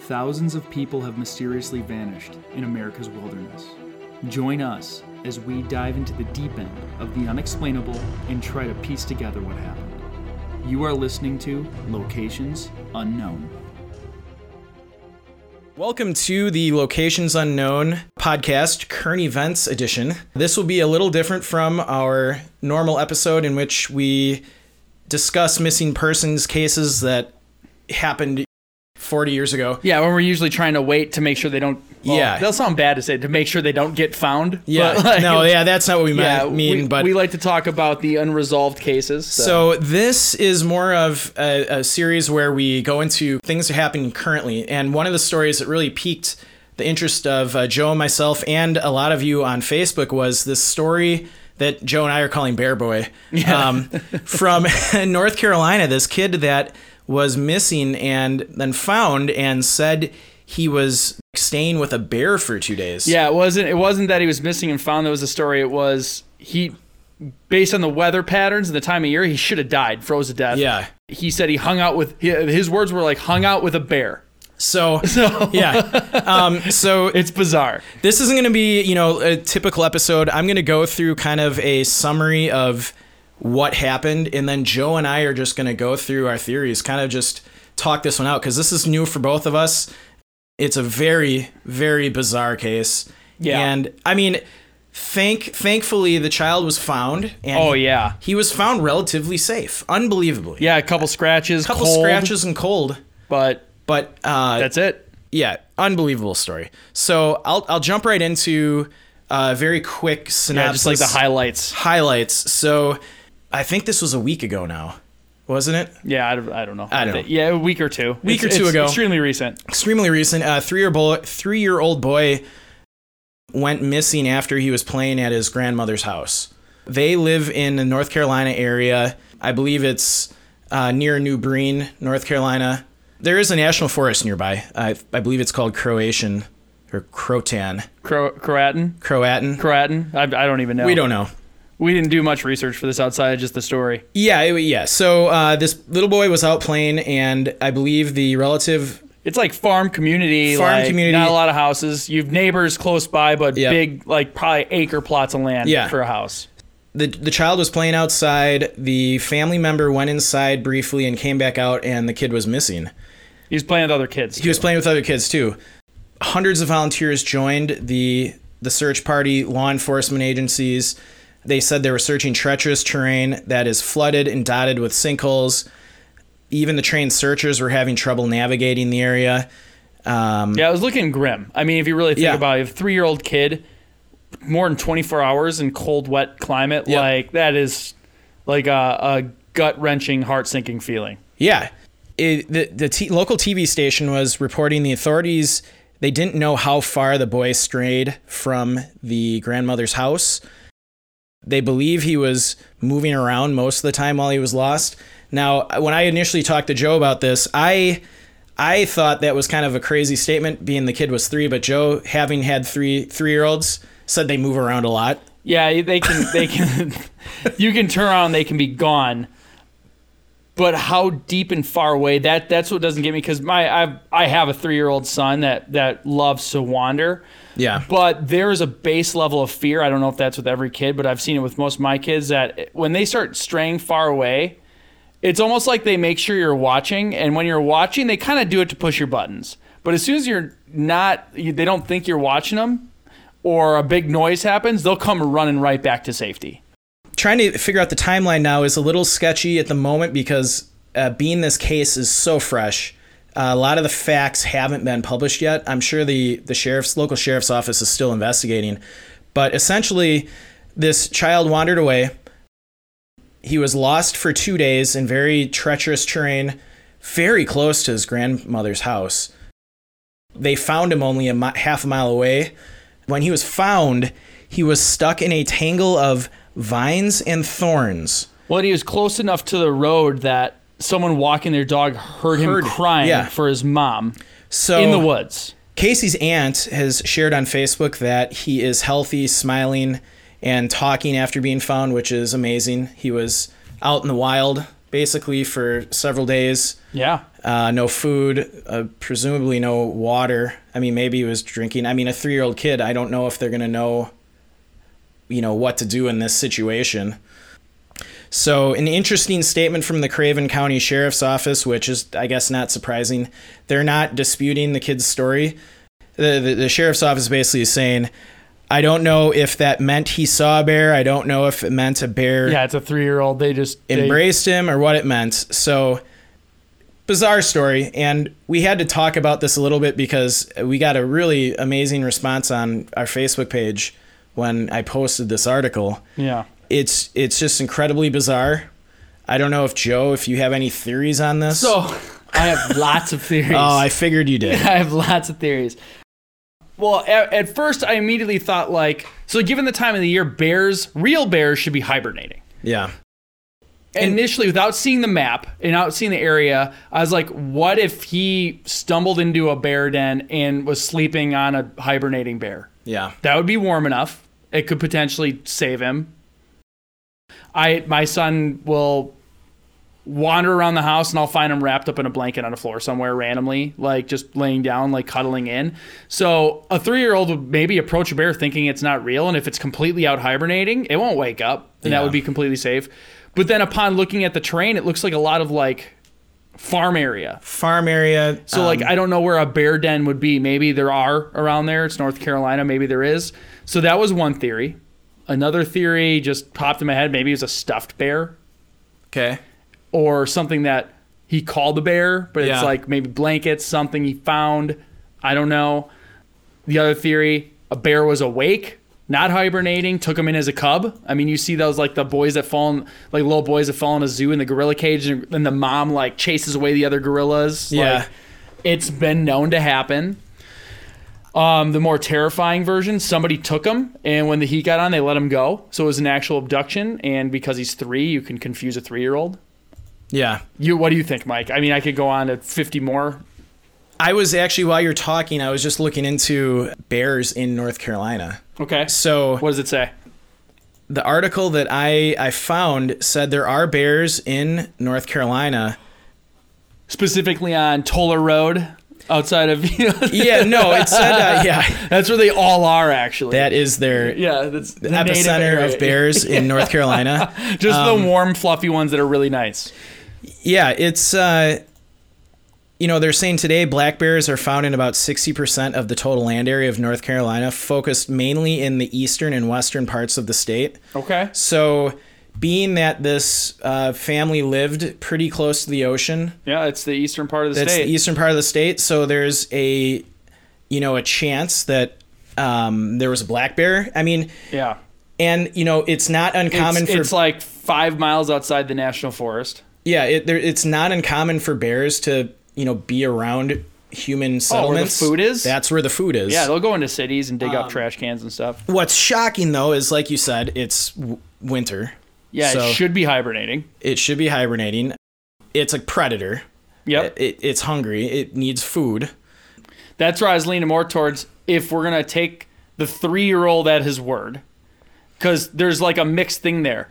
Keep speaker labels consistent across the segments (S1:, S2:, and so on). S1: thousands of people have mysteriously vanished in America's wilderness. Join us as we dive into the deep end of the unexplainable and try to piece together what happened. You are listening to Locations Unknown.
S2: Welcome to the Locations Unknown podcast, Current Events Edition. This will be a little different from our normal episode in which we discuss missing persons cases that happened 40 years ago.
S3: Yeah, when we're usually trying to wait to make sure they don't. Well,
S2: Yeah.
S3: that'll sound bad to say to make sure they don't get found.
S2: Yeah,
S3: but, like,
S2: no, yeah, that's not what we
S3: yeah,
S2: meant, mean,
S3: we,
S2: but
S3: we like to talk about the unresolved cases. So,
S2: So this is more of a, a series where we go into things that happen currently, and one of the stories that really piqued the interest of uh, Joe, myself, and a lot of you on Facebook was this story that Joe and I are calling Bear Boy um, from North Carolina. This kid that was missing and then found and said he was staying with a bear for two days.
S3: yeah, it wasn't it wasn't that he was missing and found. That was the story. It was he, based on the weather patterns and the time of year, he should have died, froze to death.
S2: Yeah.
S3: he said he hung out with he- his words were like hung out with a bear.
S2: So,
S3: So
S2: yeah. Um, so
S3: it's bizarre.
S2: this isn't going to be you know a typical episode i'm going to go through kind of a summary of what happened and then joe and i are just going to go through our theories kind of just talk this one out because this is new for both of us it's a very very bizarre case
S3: Yeah.
S2: and i mean thank thankfully the child was found and
S3: Oh, yeah.
S2: he was found relatively safe unbelievably
S3: Yeah, a couple scratches,
S2: couple
S3: cold,
S2: scratches and cold
S3: but
S2: but uh
S3: that's it.
S2: yeah, unbelievable story. So I'll I'll jump right into a very quick
S3: Yeah,
S2: synopsis,
S3: just like the highlights.
S2: highlights. So I think this was a week ago now, wasn't it?
S3: Yeah, I, don't- I don't know.
S2: I don't know.
S3: Yeah, a week or two.
S2: Week
S3: It's-
S2: or two
S3: it's
S2: ago.
S3: Extremely recent.
S2: Extremely recent. A three year boy, three year old boy went missing after he was playing at his grandmother's house. They live in the North Carolina area. I believe it's uh, near New Breen, North Carolina. There is a national forest nearby. I, I believe it's called Croatian or Crotan,
S3: Cro- Croatan?
S2: Croatan.
S3: Croatan? I, I don't even know.
S2: we don't know.
S3: We didn't do much research for this outside of just the story.
S2: Yeah, it, yeah. So uh, this little boy was out playing, and I believe the relative.
S3: It's like farm community.
S2: Farm
S3: like,
S2: community.
S3: Not a lot of houses. You've neighbors close by, but
S2: Yeah.
S3: big, like probably acre plots of land
S2: Yeah.
S3: for a house.
S2: The, the child was playing outside. The family member went inside briefly and came back out, and the kid was missing.
S3: He was playing with other kids.
S2: He was playing with other kids too. Hundreds of volunteers joined the the search party. Law enforcement agencies. They said they were searching treacherous terrain that is flooded and dotted with sinkholes. Even the trained searchers were having trouble navigating the area. Um,
S3: yeah, it was looking grim. I mean, if you really think
S2: Yeah.
S3: about it, a three year old kid, more than 24 hours in cold, wet climate,
S2: Yep.
S3: like that is like a, a gut wrenching, heart sinking feeling.
S2: Yeah. It, the the t- local TV station was reporting the authorities they didn't know how far the boy strayed from the grandmother's house. They believe he was moving around most of the time while he was lost. Now, when I initially talked to Joe about this, I I thought that was kind of a crazy statement being the kid was 3, but Joe having had 3 3-year-olds said they move around a lot.
S3: Yeah, they can. They can. you can turn around. They can be gone. But how deep and far away? That that's what doesn't get me because my I I have a three year old son that that loves to wander.
S2: Yeah.
S3: But there is a base level of fear. I don't know if that's with every kid, but I've seen it with most of my kids that when they start straying far away, it's almost like they make sure you're watching. And when you're watching, they kind of do it to push your buttons. But as soon as you're not, you, they don't think you're watching them or a big noise happens, they'll come running right back to safety.
S2: trying to figure out the timeline now is a little sketchy at the moment because uh, being this case is so fresh. Uh, a lot of the facts haven't been published yet. I'm sure the the sheriff's local sheriff's office is still investigating, but essentially, this child wandered away. He was lost for two days in very treacherous terrain, very close to his grandmother's house. They found him only a mi- half a mile away. When he was found, he was stuck in a tangle of vines and thorns.
S3: Well, he was close enough to the road that someone walking their dog heard him
S2: Heard it,
S3: crying
S2: yeah.
S3: for his mom
S2: So
S3: in the woods.
S2: Casey's aunt has shared on Facebook that he is healthy, smiling, and talking after being found, which is amazing. He was out in the wild basically for several days.
S3: Yeah.
S2: uh, no food, uh, presumably no water. I mean, maybe he was drinking. I mean, a three year old kid, I don't know if they're going to know, you know, what to do in this situation. So, an interesting statement from the Craven County Sheriff's Office, which is, I guess, not surprising. They're not disputing the kid's story. The, the, the sheriff's office basically is saying, I don't know if that meant he saw a bear. I don't know if it meant a bear
S3: Yeah, it's a three year old. They just they-
S2: embraced him or what it meant. So bizarre story and we had to talk about this a little bit because we got a really amazing response on our Facebook page when I posted this article.
S3: yeah.
S2: It's it's just incredibly bizarre. I don't know if Joe if you have any theories on this.
S3: So I have lots of theories.
S2: Oh, I figured you did.
S3: I have lots of theories. Well, at, at first, I immediately thought like, so given the time of the year, bears, real bears, should be hibernating.
S2: Yeah.
S3: Initially, without seeing the map and not seeing the area, I was like, what if he stumbled into a bear den and was sleeping on a hibernating bear?
S2: Yeah.
S3: That would be warm enough. It could potentially save him. I my son will wander around the house and I'll find him wrapped up in a blanket on the floor somewhere randomly, like just laying down, like cuddling in. So a three year old would maybe approach a bear thinking it's not real, and if it's completely out hibernating, it won't wake up, and
S2: Yeah.
S3: that would be completely safe. But then upon looking at the terrain, it looks like a lot of like farm area.
S2: Farm area. Um,
S3: So like I don't know where a bear den would be. Maybe there are around there. It's North Carolina. Maybe there is. So that was one theory. Another theory just popped in my head. Maybe it was a stuffed bear
S2: okay.
S3: or something that he called the bear, but
S2: Yeah.
S3: it's like maybe blankets, something he found. I don't know. The other theory, a bear was awake, not hibernating, took him in as a cub. I mean, you see those like the boys that fall in, like little boys that fall in a zoo in the gorilla cage, and, and the mom like chases away the other gorillas.
S2: Yeah.
S3: Like, it's been known to happen. Um, the more terrifying version, somebody took him, and when the heat got on, they let him go. So it was an actual abduction, and because he's three, you can confuse a three-year-old.
S2: Yeah.
S3: You, what do you think, Mike? I mean, I could go on to 50 more.
S2: I was actually while you're talking, I was just looking into bears in North Carolina.
S3: Okay.
S2: So
S3: What does it say?
S2: the article that I, I found said there are bears in North Carolina.
S3: Specifically on Toller Road, outside of
S2: Yeah, no, it said uh, yeah.
S3: That's where they all are, actually.
S2: That is their
S3: yeah, that's the native
S2: epicenter
S3: area.
S2: of um, bears in North Carolina.
S3: Just the warm, fluffy ones that are really nice.
S2: Yeah, it's uh, you know they're saying today black bears are found in about sixty percent of the total land area of North Carolina, focused mainly in the eastern and western parts of the state.
S3: Okay.
S2: So, being that this uh, family lived pretty close to the ocean,
S3: Yeah, it's the eastern part of the
S2: That's
S3: state.
S2: the eastern part of the state. So there's a, you know, a chance that um, there was a black bear. I mean,
S3: yeah.
S2: and you know, it's not uncommon
S3: it's,
S2: for
S3: it's like five miles outside the national forest.
S2: yeah, it, there, it's not uncommon for bears to you know be around human settlements.
S3: Oh, food is?
S2: That's where the food is.
S3: Yeah, they'll go into cities and dig
S2: Um,
S3: up trash cans and stuff.
S2: What's shocking though is, like you said, it's w- winter.
S3: Yeah,
S2: so-
S3: it should be hibernating.
S2: It should be hibernating. It's a predator.
S3: Yep.
S2: It, it's hungry. It needs food.
S3: that's where I was leaning more towards if we're gonna take the three year old at his word, because there's like a mixed thing there.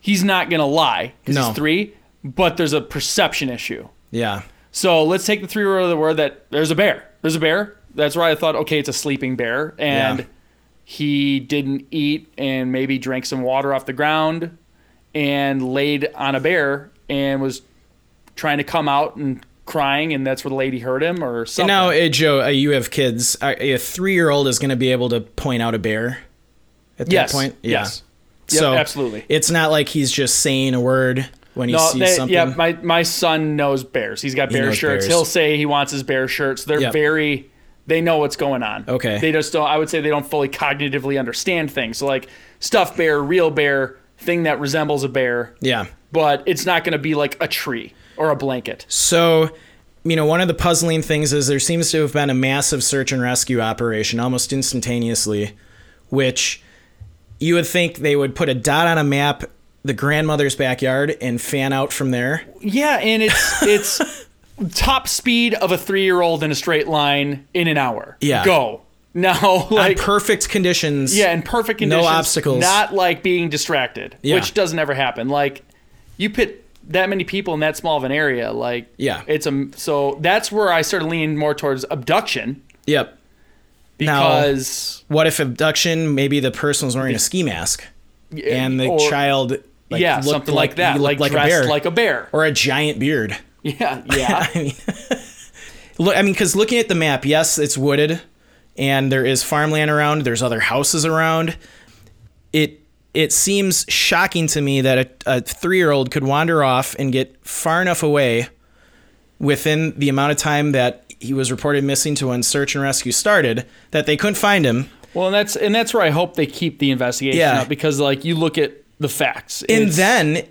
S3: He's not gonna lie because
S2: No.
S3: he's three, but there's a perception issue.
S2: Yeah.
S3: So let's take the three year old at the word that there's a bear. There's a bear. That's where I thought, okay, it's a sleeping bear, and
S2: Yeah.
S3: he didn't eat and maybe drank some water off the ground and laid on a bear and was trying to come out and crying, and that's where the lady heard him or something.
S2: Now, uh, Joe, uh, you have kids. Uh, A three-year-old is going to be able to point out a bear at
S3: yes.
S2: that point. Yeah.
S3: Yes. Yep,
S2: so
S3: absolutely.
S2: it's not like he's just saying a word when he
S3: No,
S2: sees
S3: they-
S2: something.
S3: yeah, my, my son knows bears. He's got bear
S2: knows
S3: shirts.
S2: bears.
S3: He'll say he wants his bear shirts. They're
S2: Yep.
S3: very, they know what's going on.
S2: Okay.
S3: They just don't, I would say they don't fully cognitively understand things. So, like, stuffed bear, real bear, thing that resembles a bear,
S2: yeah.
S3: but it's not going to be like a tree or a blanket.
S2: So, you know, one of the puzzling things is there seems to have been a massive search and rescue operation almost instantaneously, which you would think they would put a dot on a map, the grandmother's backyard, and fan out from there.
S3: Yeah, and it's, it's top speed of a three year old in a straight line in an hour.
S2: Yeah.
S3: Go. No,
S2: On
S3: like,
S2: perfect conditions.
S3: Yeah, in perfect conditions.
S2: obstacles.
S3: Not like being distracted,
S2: Yeah.
S3: which doesn't ever happen. Like you pit that many people in that small of an area. Like,
S2: Yeah.
S3: it's a so that's where I started leaning more towards abduction
S2: Yep. now,
S3: because
S2: what if abduction? Maybe the person was wearing a ski mask, and the
S3: or-
S2: child, like,
S3: yeah,
S2: looked
S3: something like, that,
S2: he
S3: like
S2: looked like a
S3: dressed
S2: bear,
S3: like a bear.
S2: or a giant beard.
S3: Yeah, yeah.
S2: I mean, look, I mean, because looking at the map, yes, it's wooded, and there is farmland around. There's other houses around. It it seems shocking to me that a, a three year old could wander off and get far enough away within the amount of time that he was reported missing to when search and rescue started that they couldn't find him.
S3: Well, and that's and that's where I hope they keep the investigation
S2: Yeah.
S3: up because like you look at the facts
S2: And
S3: It's-
S2: then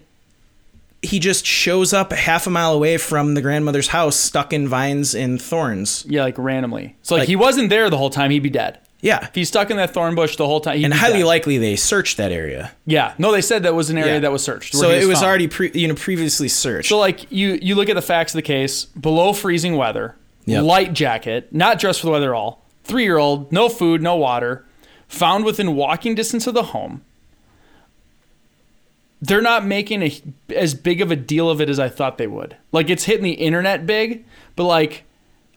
S2: he just shows up half a mile away from the grandmother's house, stuck in vines and thorns.
S3: yeah, like randomly. So like,
S2: Like-
S3: he wasn't there the whole time, he'd be dead.
S2: Yeah.
S3: If he's stuck in that thorn bush the whole time, he'd
S2: And
S3: be
S2: highly
S3: dead.
S2: likely they searched that area.
S3: yeah. No, they said that was an area
S2: Yeah.
S3: that was searched. where
S2: So
S3: he
S2: it was
S3: found.
S2: already pre- you know previously searched.
S3: So like you you look at the facts of the case: below freezing weather,
S2: Yep.
S3: light jacket, not dressed for the weather at all. Three year old, no food, no water, found within walking distance of the home. They're not making a, as big of a deal of it as I thought they would. Like it's hitting the internet big, but like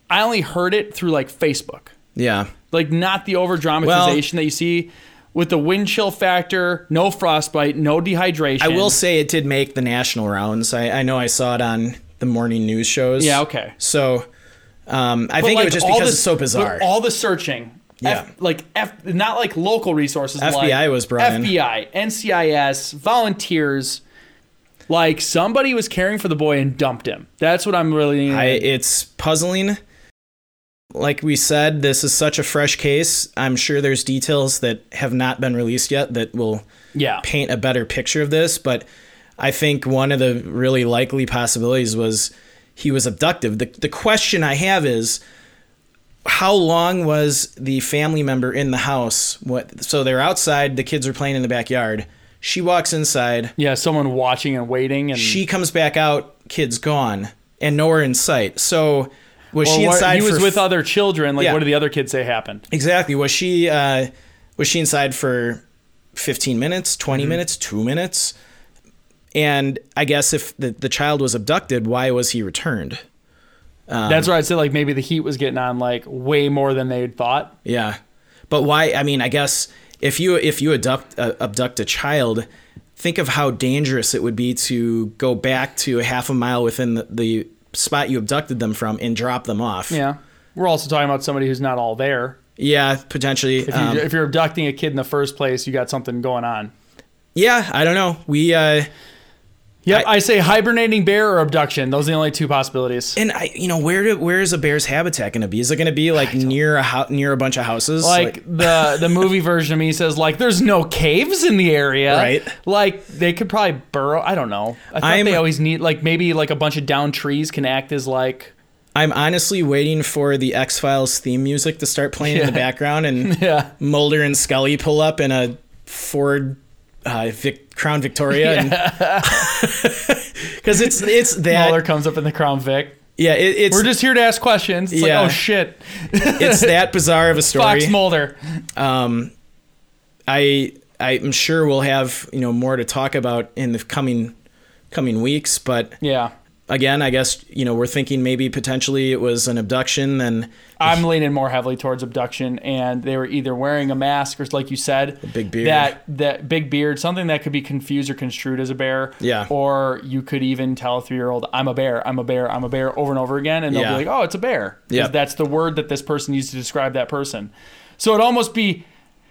S3: I only heard it through like Facebook
S2: yeah.
S3: like not the over dramatization that you see with the wind chill factor, no frostbite, no dehydration.
S2: I will say it did make the national rounds. I, I know I saw it on the morning news shows.
S3: Yeah, okay.
S2: So um, I think it was just
S3: all
S2: because
S3: this-
S2: it's so
S3: but
S2: bizarre.
S3: All the searching.
S2: Yeah.
S3: F, like F, not like local resources.
S2: FBI
S3: like
S2: was brought in.
S3: FBI, NCIS, volunteers. Like somebody was caring for the boy and dumped him. That's what I'm really.
S2: I, it's puzzling. Like we said, this is such a fresh case. I'm sure there's details that have not been released yet that will
S3: yeah.
S2: paint a better picture of this, but I think one of the really likely possibilities was he was abducted. The, the question I have is how long was the family member in the house? What so they're outside, the kids are playing in the backyard. She walks inside,
S3: Yeah. Someone watching and waiting and
S2: she comes back out, kids gone, and nowhere in sight. So was
S3: Or
S2: she
S3: what-
S2: inside
S3: He was
S2: for
S3: with other children. Like
S2: Yeah.
S3: what did the other kids say happened?
S2: Exactly. Was she uh, was she inside for 15 minutes, 20
S3: Mm-hmm.
S2: minutes, 2 minutes? And I guess if the, the child was abducted, why was he returned? Um,
S3: That's where I'd say like maybe the heat was getting on like way more than they had thought.
S2: Yeah. But why I mean, I guess if you if you abduct uh, abduct a child, think of how dangerous it would be to go back to a half a mile within the, the spot you abducted them from and drop them off.
S3: Yeah. We're also talking about somebody who's not all there.
S2: Yeah, potentially.
S3: If, you,
S2: um,
S3: if you're abducting a kid in the first place, you got something going on.
S2: yeah, I don't know. We uh
S3: Yep,
S2: I-
S3: I, say hibernating bear or abduction. Those are the only two possibilities.
S2: And I, you know, where do, where is a bear's habitat going to be? Is it going to be like near a hou- near a bunch of houses?
S3: Like the the movie version of me says, like there's no caves in the area,
S2: Right.
S3: Like they could probably burrow. I don't know. I thought
S2: I'm-
S3: they always need like maybe like a bunch of down trees can act as like
S2: I'm honestly waiting for the X Files theme music to start playing in the
S3: Yeah.
S2: background, and
S3: yeah
S2: Mulder and Scully pull up in a Ford uh, Vic, Crown Victoria, because it's it's that
S3: Muller comes up in the Crown Vic.
S2: yeah, it, it's
S3: We're just here to ask questions. It's
S2: Yeah.
S3: like oh shit,
S2: it's that bizarre of a story.
S3: Fox Mulder.
S2: I I'm sure we'll have you know more to talk about in the coming coming weeks, but
S3: Yeah,
S2: again, I guess you know we're thinking maybe potentially it was an abduction. Then
S3: I'm leaning more heavily towards abduction, and they were either wearing a mask or, like you said,
S2: big beard.
S3: that that big beard, something that could be confused or construed as a bear.
S2: Yeah.
S3: Or you could even tell a three year old, "I'm a bear, I'm a bear, I'm a bear," over and over again, and they'll
S2: Yeah.
S3: be like, "Oh, it's a bear." 'Cause
S2: Yeah.
S3: That's the word that this person used to describe that person. So it'd almost be,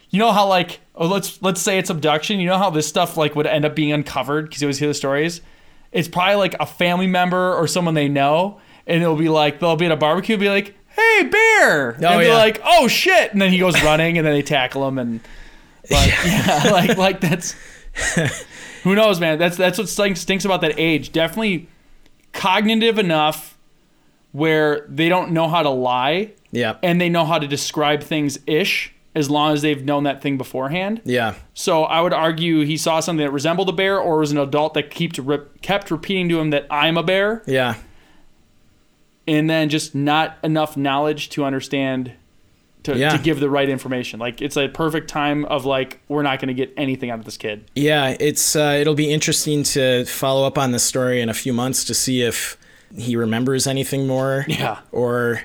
S3: you know how like oh let's let's say it's abduction. You know how this stuff like would end up being uncovered because you always hear the stories. It's probably like a family member or someone they know, and it'll be like they'll be at a barbecue, and be like, "Hey, bear!" and
S2: Oh,
S3: they're
S2: yeah.
S3: like, "Oh shit!" And then he goes running, and then they tackle him, and but, yeah. like like that's who knows, man. That's that's what stinks stinks about that age. Definitely cognitive enough where they don't know how to lie
S2: yeah,
S3: and they know how to describe things ish as long as they've known that thing beforehand.
S2: yeah,
S3: So I would argue he saw something that resembled a bear or was an adult that kept rep- kept repeating to him that I'm a bear
S2: yeah,
S3: and then just not enough knowledge to understand to,
S2: Yeah.
S3: to give the right information. Like it's a perfect time of like we're not going to get anything out of this kid.
S2: Yeah, it's uh, it'll be interesting to follow up on this story in a few months to see if he remembers anything more.
S3: Yeah.
S2: Or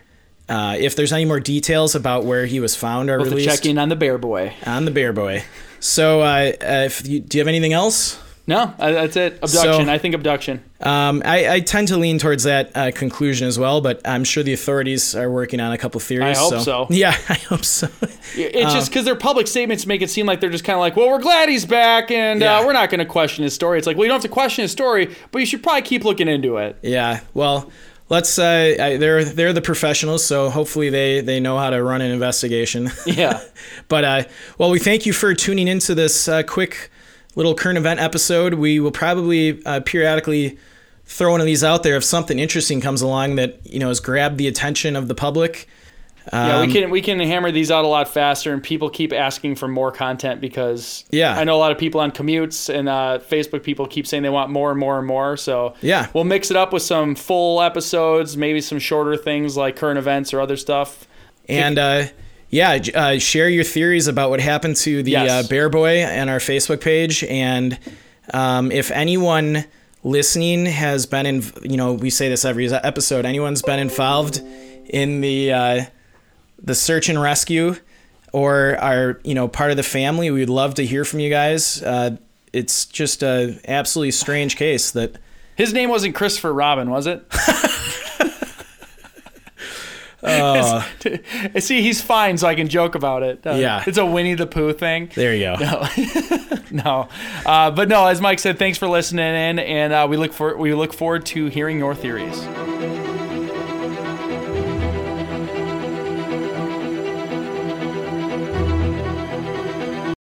S2: uh, if there's any more details about where he was found or
S3: With a
S2: released
S3: check in on the bear boy.
S2: on the Bear Boy. So, uh, uh, if you, do you have anything else?
S3: No, uh, that's it. Abduction. I think abduction.
S2: Um, I, I tend to lean towards that uh, conclusion as well, but I'm sure the authorities are working on a couple theories.
S3: I hope so.
S2: Yeah, I hope so.
S3: It's
S2: Um,
S3: just because their public statements make it seem like they're just kind of like, well, we're glad he's back and
S2: Yeah.
S3: uh, we're not going to question his story. It's like, well, you don't have to question his story, but you should probably keep looking into it.
S2: yeah. Well, let's. Uh, I, they're they're the professionals, so hopefully they they know how to run an investigation.
S3: Yeah.
S2: But uh, well, we thank you for tuning into this uh, quick little current event episode. We will probably uh, periodically throw one of these out there if something interesting comes along that you know has grabbed the attention of the public.
S3: Yeah,
S2: Um,
S3: we can we can hammer these out a lot faster, and people keep asking for more content because
S2: Yeah.
S3: I know a lot of people on commutes and uh, Facebook people keep saying they want more and more and more. So
S2: Yeah.
S3: we'll mix it up with some full episodes, maybe some shorter things like current events or other stuff.
S2: And uh, yeah, j- uh, share your theories about what happened to the
S3: Yes.
S2: uh, Bear Boy and our Facebook page. And um, if anyone listening has been in, you know, we say this every episode. Anyone's been involved in the uh, the search and rescue or are you know part of the family, we'd love to hear from you guys. Uh, it's just a absolutely strange case that.
S3: His name wasn't Christopher Robin, was it? It's- See, he's fine, so I can joke about it. Uh,
S2: Yeah.
S3: it's a Winnie the Pooh thing.
S2: There you go.
S3: No, uh, but no, as Mike said, thanks for listening in, and uh, we look for we look forward to hearing your theories.